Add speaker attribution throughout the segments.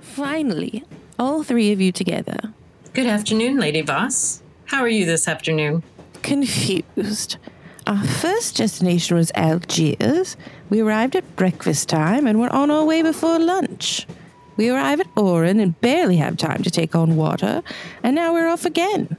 Speaker 1: Finally, all three of you together.
Speaker 2: Good afternoon, Lady Voss. How are you this afternoon?
Speaker 1: Confused. Our first destination was Algiers. We arrived at breakfast time and were on our way before lunch. We arrive at Oran and barely have time to take on water, and now we're off again.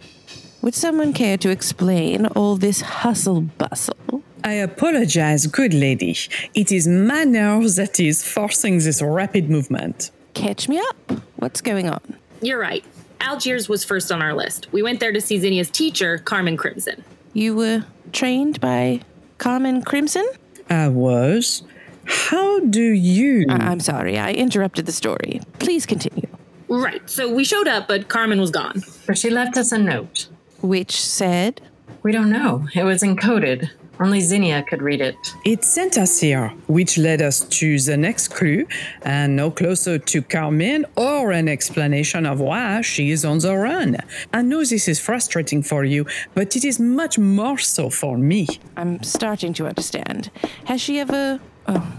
Speaker 1: Would someone care to explain all this hustle bustle?
Speaker 3: I apologize, good lady. It is my nerves that is forcing this rapid movement.
Speaker 1: Catch me up. What's going on?
Speaker 4: You're right. Algiers was first on our list. We went there to see Zinnia's teacher, Carmen Crimson.
Speaker 1: You were trained by Carmen Crimson?
Speaker 3: I was. How do you?
Speaker 1: I- I'm sorry, I interrupted the story. Please continue.
Speaker 4: Right, so we showed up, but Carmen was gone.
Speaker 2: But she left us a note.
Speaker 1: Which said,
Speaker 2: We don't know. It was encoded. Only Zinnia could read it.
Speaker 3: It sent us here, which led us to the next clue, and no closer to Carmen or an explanation of why she is on the run. I know this is frustrating for you, but it is much more so for me.
Speaker 1: I'm starting to understand. Has she ever. Oh,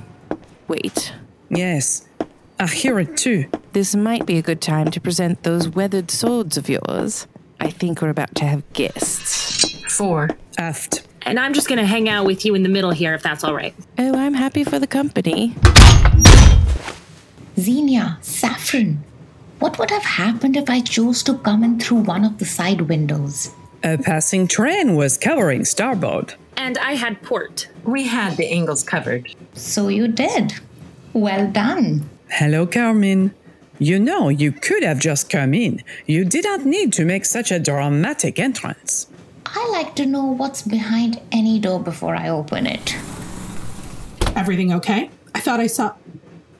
Speaker 1: wait.
Speaker 3: Yes, I hear it too.
Speaker 1: This might be a good time to present those weathered swords of yours. I think we're about to have guests.
Speaker 2: Four.
Speaker 3: Aft.
Speaker 4: And I'm just gonna hang out with you in the middle here if that's all right.
Speaker 1: Oh, I'm happy for the company.
Speaker 5: Xenia, Saffron. What would have happened if I chose to come in through one of the side windows?
Speaker 3: A passing train was covering starboard.
Speaker 4: And I had port.
Speaker 2: We had the angles covered.
Speaker 5: So you did. Well done.
Speaker 3: Hello, Carmen. You know, you could have just come in. You didn't need to make such a dramatic entrance.
Speaker 5: I like to know what's behind any door before I open it.
Speaker 6: Everything okay? I thought I saw.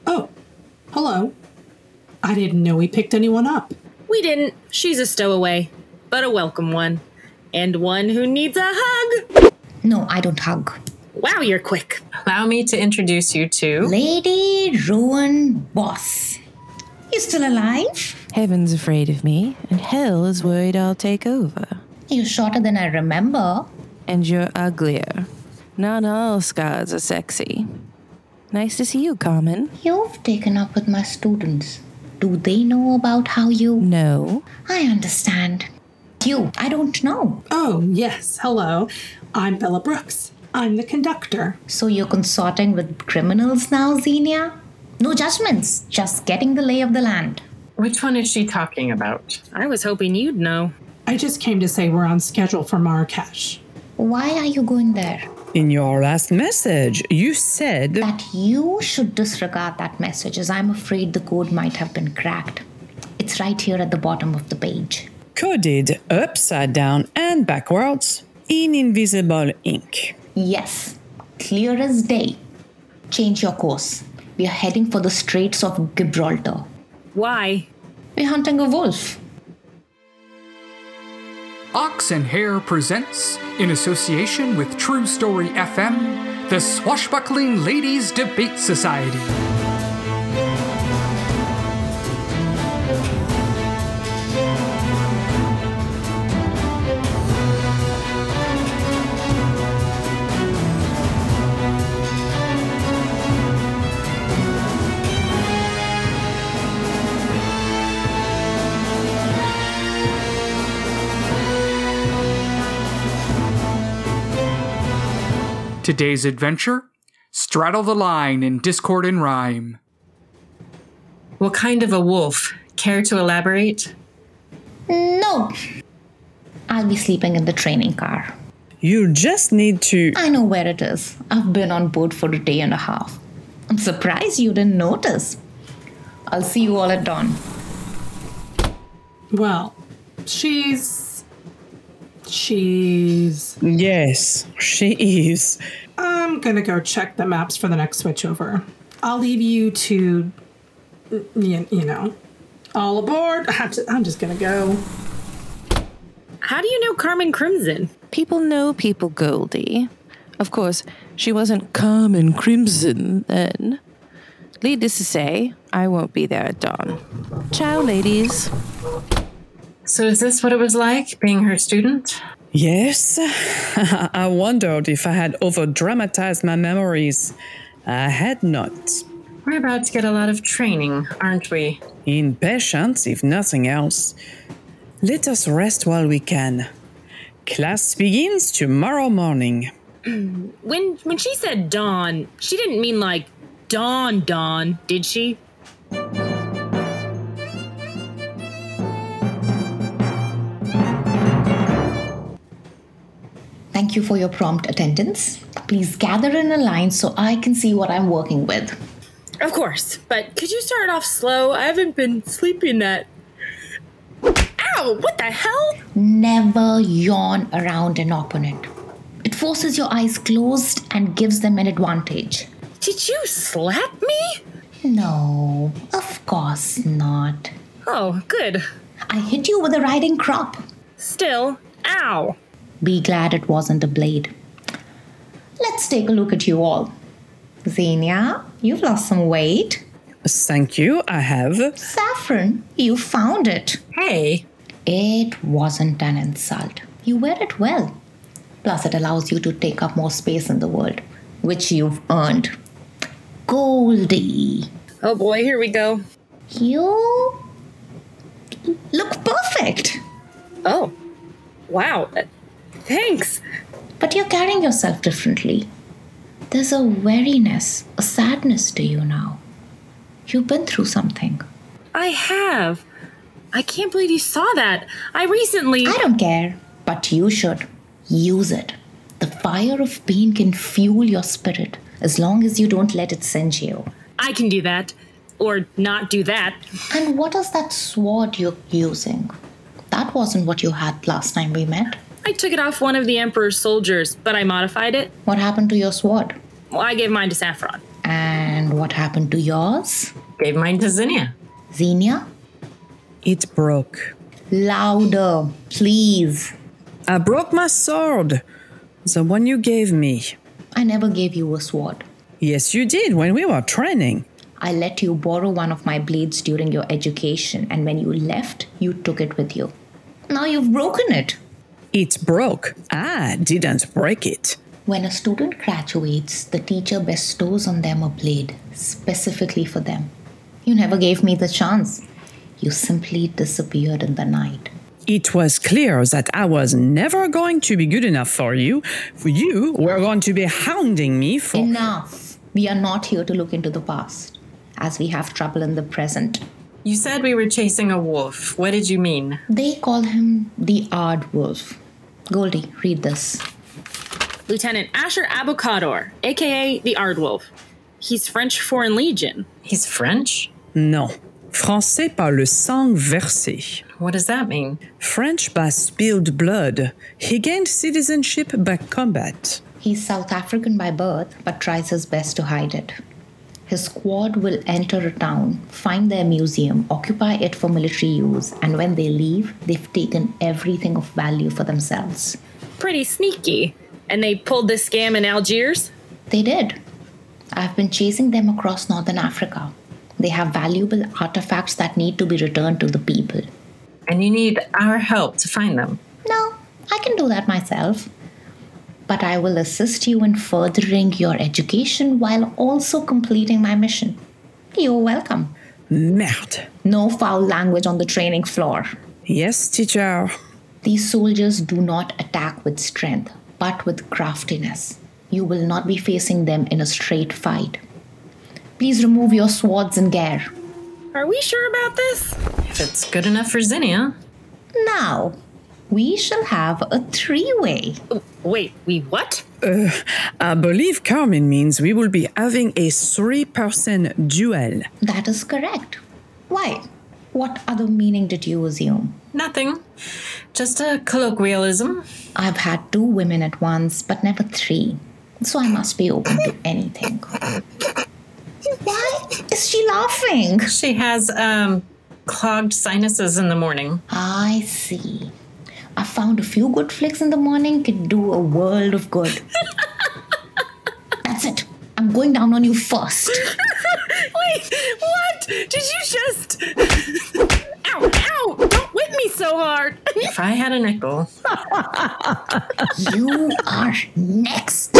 Speaker 6: Oh, hello. I didn't know we picked anyone up.
Speaker 4: We didn't. She's a stowaway, but a welcome one. And one who needs a hug.
Speaker 5: No, I don't hug.
Speaker 4: Wow, you're quick.
Speaker 2: Allow me to introduce you to.
Speaker 5: Lady Rowan Boss. You still alive?
Speaker 1: Heaven's afraid of me, and hell is worried I'll take over.
Speaker 5: You're shorter than I remember.
Speaker 1: And you're uglier. Not all scars are sexy. Nice to see you, Carmen.
Speaker 5: You've taken up with my students. Do they know about how you.
Speaker 1: No.
Speaker 5: I understand. You, I don't know.
Speaker 6: Oh, yes, hello. I'm Bella Brooks. I'm the conductor.
Speaker 5: So you're consorting with criminals now, Xenia? No judgments, just getting the lay of the land.
Speaker 2: Which one is she talking about?
Speaker 4: I was hoping you'd know.
Speaker 6: I just came to say we're on schedule for Marrakesh.
Speaker 5: Why are you going there?
Speaker 3: In your last message, you said
Speaker 5: That you should disregard that message, as I'm afraid the code might have been cracked. It's right here at the bottom of the page.
Speaker 3: coded upside down and backwards in invisible ink.
Speaker 5: Yes, clear as day. Change your course. We are heading for the Straits of Gibraltar.
Speaker 4: Why?
Speaker 5: We're hunting a wolf.
Speaker 7: Ox and Hare presents, in association with True Story FM, the Swashbuckling Ladies Debate Society. Today's adventure Straddle the Line in Discord and Rhyme.
Speaker 2: What kind of a wolf? Care to elaborate?
Speaker 5: No! I'll be sleeping in the training car.
Speaker 3: You just need to.
Speaker 5: I know where it is. I've been on board for a day and a half. I'm surprised you didn't notice. I'll see you all at dawn.
Speaker 6: Well, she's. She's.
Speaker 3: Yes, she is.
Speaker 6: I'm gonna go check the maps for the next switchover. I'll leave you to. You, you know. All aboard. I'm just, I'm just gonna go.
Speaker 4: How do you know Carmen Crimson?
Speaker 1: People know people, Goldie. Of course, she wasn't Carmen Crimson then. Needless to say, I won't be there at dawn. Ciao, ladies.
Speaker 2: So, is this what it was like being her student?
Speaker 3: Yes, I wondered if I had over dramatized my memories. I had not.
Speaker 2: We're about to get a lot of training, aren't we?
Speaker 3: In patience, if nothing else. Let us rest while we can. Class begins tomorrow morning.
Speaker 4: When when she said dawn, she didn't mean like dawn dawn, did she?
Speaker 5: Thank you for your prompt attendance. Please gather in a line so I can see what I'm working with.
Speaker 4: Of course. But could you start off slow? I haven't been sleeping that Ow, what the hell?
Speaker 5: Never yawn around an opponent. It forces your eyes closed and gives them an advantage.
Speaker 4: Did you slap me?
Speaker 5: No, of course not.
Speaker 4: Oh, good.
Speaker 5: I hit you with a riding crop.
Speaker 4: Still, ow.
Speaker 5: Be glad it wasn't a blade. Let's take a look at you all. Xenia, you've lost some weight.
Speaker 3: Thank you, I have.
Speaker 5: Saffron, you found it.
Speaker 2: Hey,
Speaker 5: It wasn't an insult. You wear it well. Plus, it allows you to take up more space in the world, which you've earned. Goldie,
Speaker 4: Oh boy, here we go.
Speaker 5: you look perfect,
Speaker 4: Oh. Wow. Uh, Thanks.
Speaker 5: but you're carrying yourself differently. There's a weariness, a sadness to you now. You've been through something.
Speaker 4: I have. I can't believe you saw that. I recently
Speaker 5: I don't care, but you should use it. The fire of pain can fuel your spirit as long as you don't let it singe you.
Speaker 4: I can do that or not do that.
Speaker 5: And what is that sword you're using? That wasn't what you had last time we met.
Speaker 4: I took it off one of the Emperor's soldiers, but I modified it.
Speaker 5: What happened to your sword?
Speaker 4: Well, I gave mine to Saffron.
Speaker 5: And what happened to yours?
Speaker 2: gave mine to Zinnia.
Speaker 5: Xenia?
Speaker 3: It broke.
Speaker 5: Louder, please.
Speaker 3: I broke my sword, the one you gave me.
Speaker 5: I never gave you a sword.
Speaker 3: Yes, you did when we were training.
Speaker 5: I let you borrow one of my blades during your education, and when you left, you took it with you. Now you've broken it.
Speaker 3: It broke. I didn't break it.
Speaker 5: When a student graduates, the teacher bestows on them a blade specifically for them. You never gave me the chance. You simply disappeared in the night.
Speaker 3: It was clear that I was never going to be good enough for you. You were going to be hounding me for.
Speaker 5: Enough. We are not here to look into the past, as we have trouble in the present.
Speaker 2: You said we were chasing a wolf. What did you mean?
Speaker 5: They call him the Ard Wolf. Goldie, read this.
Speaker 4: Lieutenant Asher Abocador, aka the Ardwolf. He's French Foreign Legion.
Speaker 2: He's French?
Speaker 3: Non. Français par le sang versé.
Speaker 2: What does that mean?
Speaker 3: French by spilled blood. He gained citizenship by combat.
Speaker 5: He's South African by birth, but tries his best to hide it. His squad will enter a town, find their museum, occupy it for military use, and when they leave, they've taken everything of value for themselves.
Speaker 4: Pretty sneaky. And they pulled this scam in Algiers?
Speaker 5: They did. I've been chasing them across northern Africa. They have valuable artifacts that need to be returned to the people.
Speaker 2: And you need our help to find them.
Speaker 5: No, I can do that myself. But I will assist you in furthering your education while also completing my mission. You're welcome.
Speaker 3: Merde.
Speaker 5: No foul language on the training floor.
Speaker 3: Yes, teacher.
Speaker 5: These soldiers do not attack with strength, but with craftiness. You will not be facing them in a straight fight. Please remove your swords and gear.
Speaker 4: Are we sure about this?
Speaker 2: If it's good enough for Zinnia,
Speaker 5: Now, we shall have a three way.
Speaker 4: Wait, we what?
Speaker 3: I believe Carmen means we will be having a three person duel.
Speaker 5: That is correct. Why? What other meaning did you assume?
Speaker 2: nothing. Just a colloquialism.
Speaker 5: I've had two women at once, but never three. So I must be open to anything. Why is she laughing?
Speaker 2: She has um clogged sinuses in the morning.
Speaker 5: I see. I found a few good flicks in the morning could do a world of good. That's it. I'm going down on you first.
Speaker 4: Wait, what? Did you just. ow, ow! Don't whip me so hard!
Speaker 2: If I had a nickel,
Speaker 5: You are next.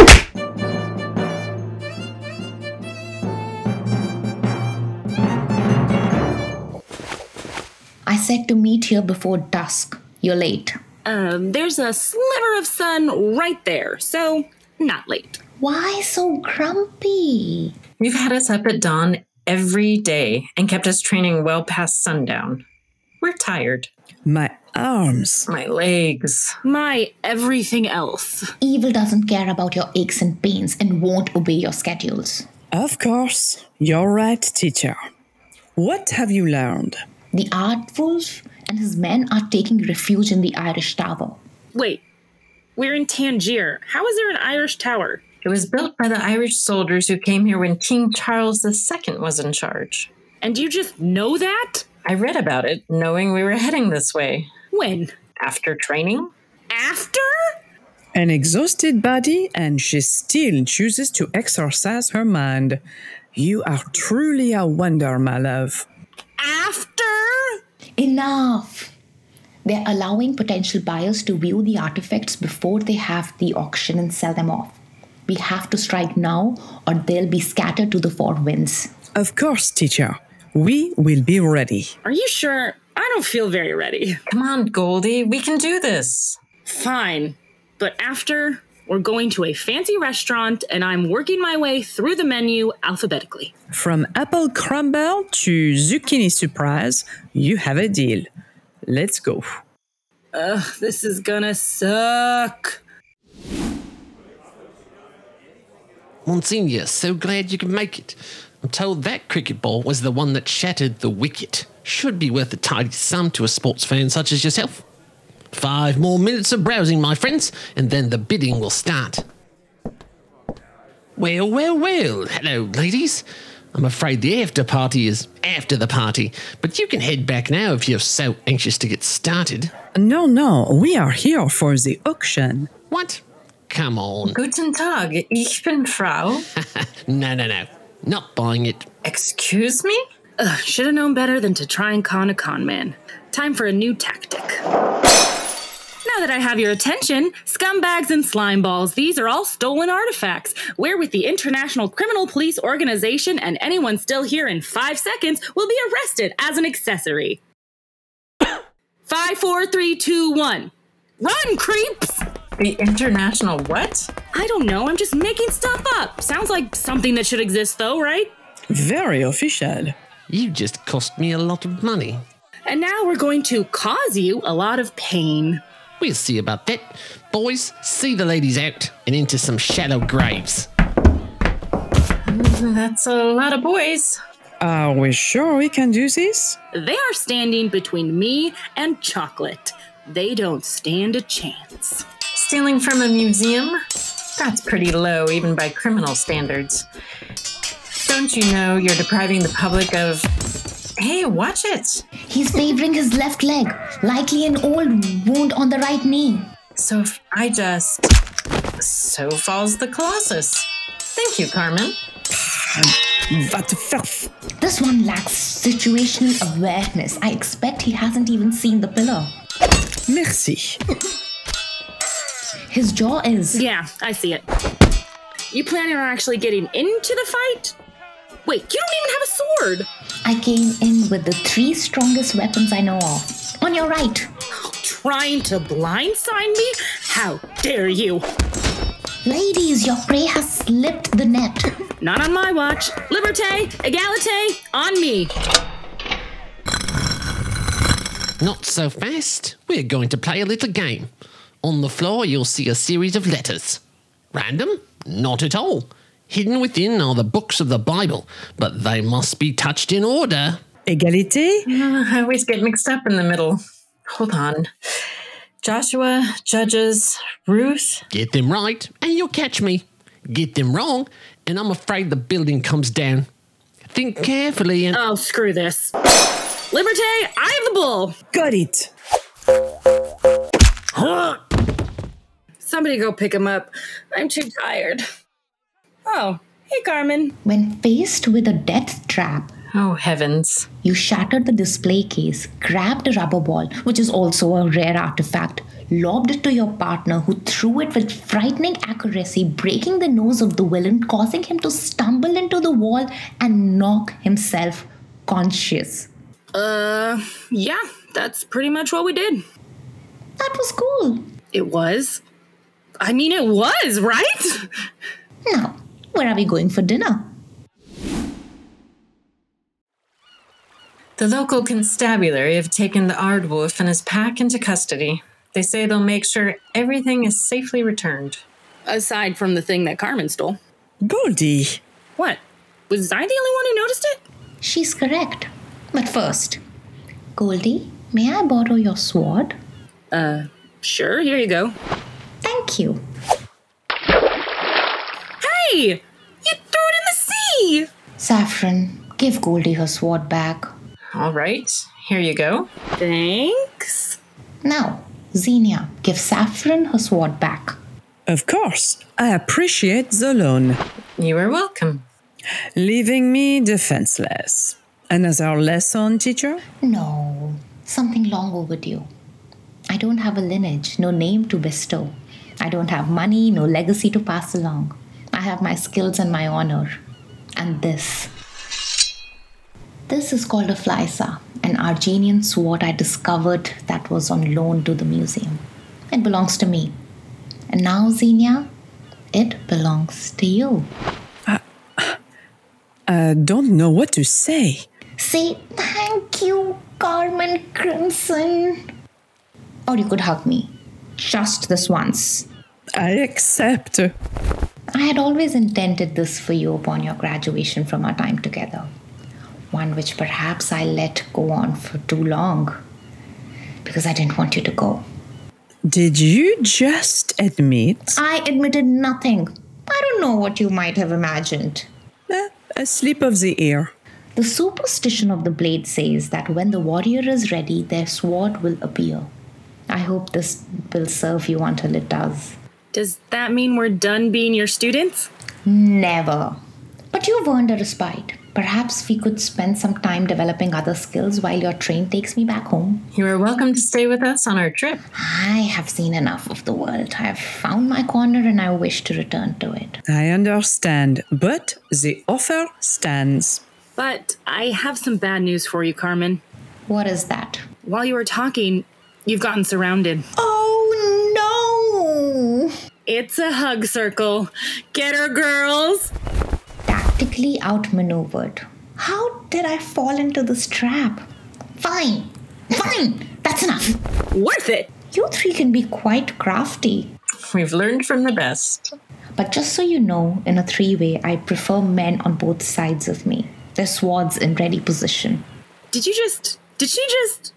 Speaker 5: said to meet here before dusk. You're late.
Speaker 4: Um, there's a sliver of sun right there, so not late.
Speaker 5: Why so grumpy?
Speaker 2: You've had us up at dawn every day and kept us training well past sundown. We're tired.
Speaker 3: My arms.
Speaker 2: My legs.
Speaker 4: My everything else.
Speaker 5: Evil doesn't care about your aches and pains and won't obey your schedules.
Speaker 3: Of course, you're right, teacher. What have you learned?
Speaker 5: The Artwolf and his men are taking refuge in the Irish Tower.
Speaker 4: Wait, we're in Tangier. How is there an Irish tower?
Speaker 2: It was built by the Irish soldiers who came here when King Charles II was in charge.
Speaker 4: And you just know that?
Speaker 2: I read about it, knowing we were heading this way.
Speaker 4: When?
Speaker 2: After training?
Speaker 4: After?
Speaker 3: An exhausted body, and she still chooses to exercise her mind. You are truly a wonder, my love.
Speaker 4: After?
Speaker 5: Enough! They're allowing potential buyers to view the artifacts before they have the auction and sell them off. We have to strike now or they'll be scattered to the four winds.
Speaker 3: Of course, teacher. We will be ready.
Speaker 4: Are you sure? I don't feel very ready.
Speaker 2: Come on, Goldie, we can do this.
Speaker 4: Fine. But after, we're going to a fancy restaurant and I'm working my way through the menu alphabetically.
Speaker 3: From apple crumble to zucchini surprise, you have a deal. Let's go.
Speaker 4: Ugh, this is gonna suck.
Speaker 8: Monsignor, so glad you could make it. I'm told that cricket ball was the one that shattered the wicket. Should be worth a tidy sum to a sports fan such as yourself. Five more minutes of browsing, my friends, and then the bidding will start. Well, well, well. Hello, ladies. I'm afraid the after party is after the party, but you can head back now if you're so anxious to get started.
Speaker 3: No, no, we are here for the auction.
Speaker 8: What? Come on.
Speaker 2: Guten Tag, ich bin Frau.
Speaker 8: No, no, no. Not buying it.
Speaker 2: Excuse me?
Speaker 4: Ugh, should have known better than to try and con a con man. Time for a new tactic. Now that I have your attention, scumbags and slime balls, these are all stolen artifacts. We're with the International Criminal Police Organization, and anyone still here in five seconds will be arrested as an accessory. five, four, three, two, one. Run, creeps!
Speaker 2: The international what?
Speaker 4: I don't know, I'm just making stuff up. Sounds like something that should exist, though, right?
Speaker 3: Very official.
Speaker 8: You just cost me a lot of money.
Speaker 4: And now we're going to cause you a lot of pain.
Speaker 8: We'll see about that. Boys, see the ladies out and into some shallow graves.
Speaker 2: That's a lot of boys.
Speaker 3: Are we sure we can do this?
Speaker 4: They are standing between me and chocolate. They don't stand a chance.
Speaker 2: Stealing from a museum? That's pretty low, even by criminal standards. Don't you know you're depriving the public of. Hey, watch it!
Speaker 5: He's favoring his left leg, likely an old wound on the right knee.
Speaker 2: So if I just. So falls the Colossus. Thank you, Carmen.
Speaker 3: What the filth?
Speaker 5: This one lacks situational awareness. I expect he hasn't even seen the pillar.
Speaker 3: Merci.
Speaker 5: His jaw is.
Speaker 4: Yeah, I see it. You planning on actually getting into the fight? Wait, you don't even have a sword!
Speaker 5: I came in with the three strongest weapons I know of. On your right,
Speaker 4: Trying to blindside me? How dare you!
Speaker 5: ladies, your prey has slipped the net.
Speaker 4: Not on my watch. Liberté, egalite, on me!
Speaker 8: Not so fast. We're going to play a little game. On the floor, you'll see a series of letters. Random? Not at all. Hidden within are the books of the Bible, but they must be touched in order.
Speaker 3: Égalité?
Speaker 2: I always get mixed up in the middle. Hold on. Joshua, Judges, Ruth.
Speaker 8: Get them right, and you'll catch me. Get them wrong, and I'm afraid the building comes down. Think carefully and.
Speaker 4: Oh, screw this. Liberté, I have the bull!
Speaker 3: Got it.
Speaker 4: Somebody go pick him up. I'm too tired. Oh, hey, Carmen.
Speaker 5: When faced with a death trap,
Speaker 2: Oh, heavens.
Speaker 5: you shattered the display case, grabbed a rubber ball, which is also a rare artifact, lobbed it to your partner, who threw it with frightening accuracy, breaking the nose of the villain, causing him to stumble into the wall and knock himself conscious.
Speaker 4: Uh, yeah, that's pretty much what we did.
Speaker 5: That was cool.
Speaker 4: It was. I mean, it was, right?
Speaker 5: Now, where are we going for dinner?
Speaker 2: The local constabulary have taken the Ardwolf and his pack into custody. They say they'll make sure everything is safely returned.
Speaker 4: Aside from the thing that Carmen stole.
Speaker 3: Goldie!
Speaker 4: What? Was I the only one who noticed it?
Speaker 5: She's correct. But first, Goldie, may I borrow your sword?
Speaker 4: Sure, here you go.
Speaker 5: Thank you.
Speaker 4: Hey! You threw it in the sea!
Speaker 5: Saffron, give Goldie her sword back.
Speaker 2: All right, here you go.
Speaker 4: Thanks.
Speaker 5: Now, Xenia, give Saffron her sword back.
Speaker 3: Of course, I appreciate the loan,
Speaker 2: You are welcome.
Speaker 3: leaving me defenseless. Another lesson, teacher?
Speaker 5: No, something long overdue. I don't have a lineage, no name to bestow. I don't have money, no legacy to pass along. I have my skills and my honor. And this. This is called a flysa, an Argenian sword I discovered that was on loan to the museum. It belongs to me. And now, Xenia, it belongs to you.
Speaker 3: I don't know what to say.
Speaker 5: Say thank you, Carmen Crimson. Or you could hug me. Just this once.
Speaker 3: I accept.
Speaker 5: I had always intended this for you upon your graduation from our time together. One which perhaps I let go on for too long because I didn't want you to go.
Speaker 3: Did you just admit
Speaker 5: I admitted nothing. I don't know what you might have imagined.
Speaker 3: Eh, a slip of the ear?
Speaker 5: The superstition of the blade says that when the warrior is ready, their sword will appear. I hope this will serve you until it does.
Speaker 4: Does that mean we're done being your students?
Speaker 5: Never. But you've earned a respite. Perhaps we could spend some time developing other skills while your train takes me back home.
Speaker 2: You are welcome to stay with us on our trip.
Speaker 5: I have seen enough of the world. I have found my corner and I wish to return to it.
Speaker 3: I understand, but the offer stands.
Speaker 4: But I have some bad news for you, Carmen.
Speaker 5: What is that?
Speaker 4: While you were talking, you've gotten surrounded.
Speaker 5: Oh no!
Speaker 4: It's a hug circle. Get her, girls!
Speaker 5: Tactically outmaneuvered. How did I fall into this trap? Fine! Fine! That's enough!
Speaker 4: Worth it!
Speaker 5: You three can be quite crafty.
Speaker 2: We've learned from the best.
Speaker 5: But just so you know, in a three way, I prefer men on both sides of me. Their swords in ready position.
Speaker 4: Did you just. Did she just.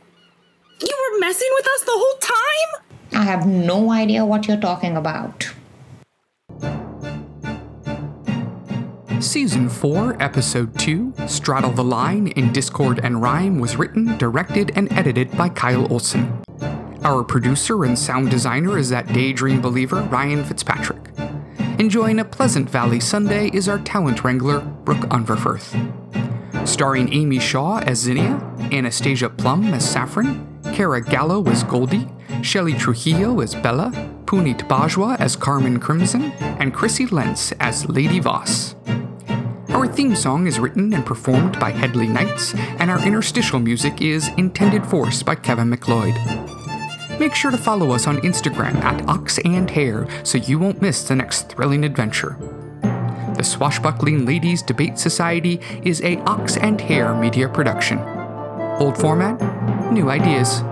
Speaker 4: You were messing with us the whole time?
Speaker 5: I have no idea what you're talking about.
Speaker 7: Season 4, Episode 2, Straddle the Line in Discord and Rhyme was written, directed, and edited by Kyle Olson. Our producer and sound designer is that daydream believer, Ryan Fitzpatrick. Enjoying a Pleasant Valley Sunday is our talent wrangler, Brooke Unverfirth. Starring Amy Shaw as Zinnia, Anastasia Plum as Saffron, Kara Gallo as Goldie, Shelley Trujillo as Bella, Puneet Bajwa as Carmen Crimson, and Chrissy Lentz as Lady Voss. Our theme song is written and performed by Headley Knights, and our interstitial music is Intended Force by Kevin McLeod. Make sure to follow us on Instagram at Ox and Hare so you won't miss the next thrilling adventure. The Swashbuckling Ladies Debate Society is a Ox and Hare media production. Old format, new ideas.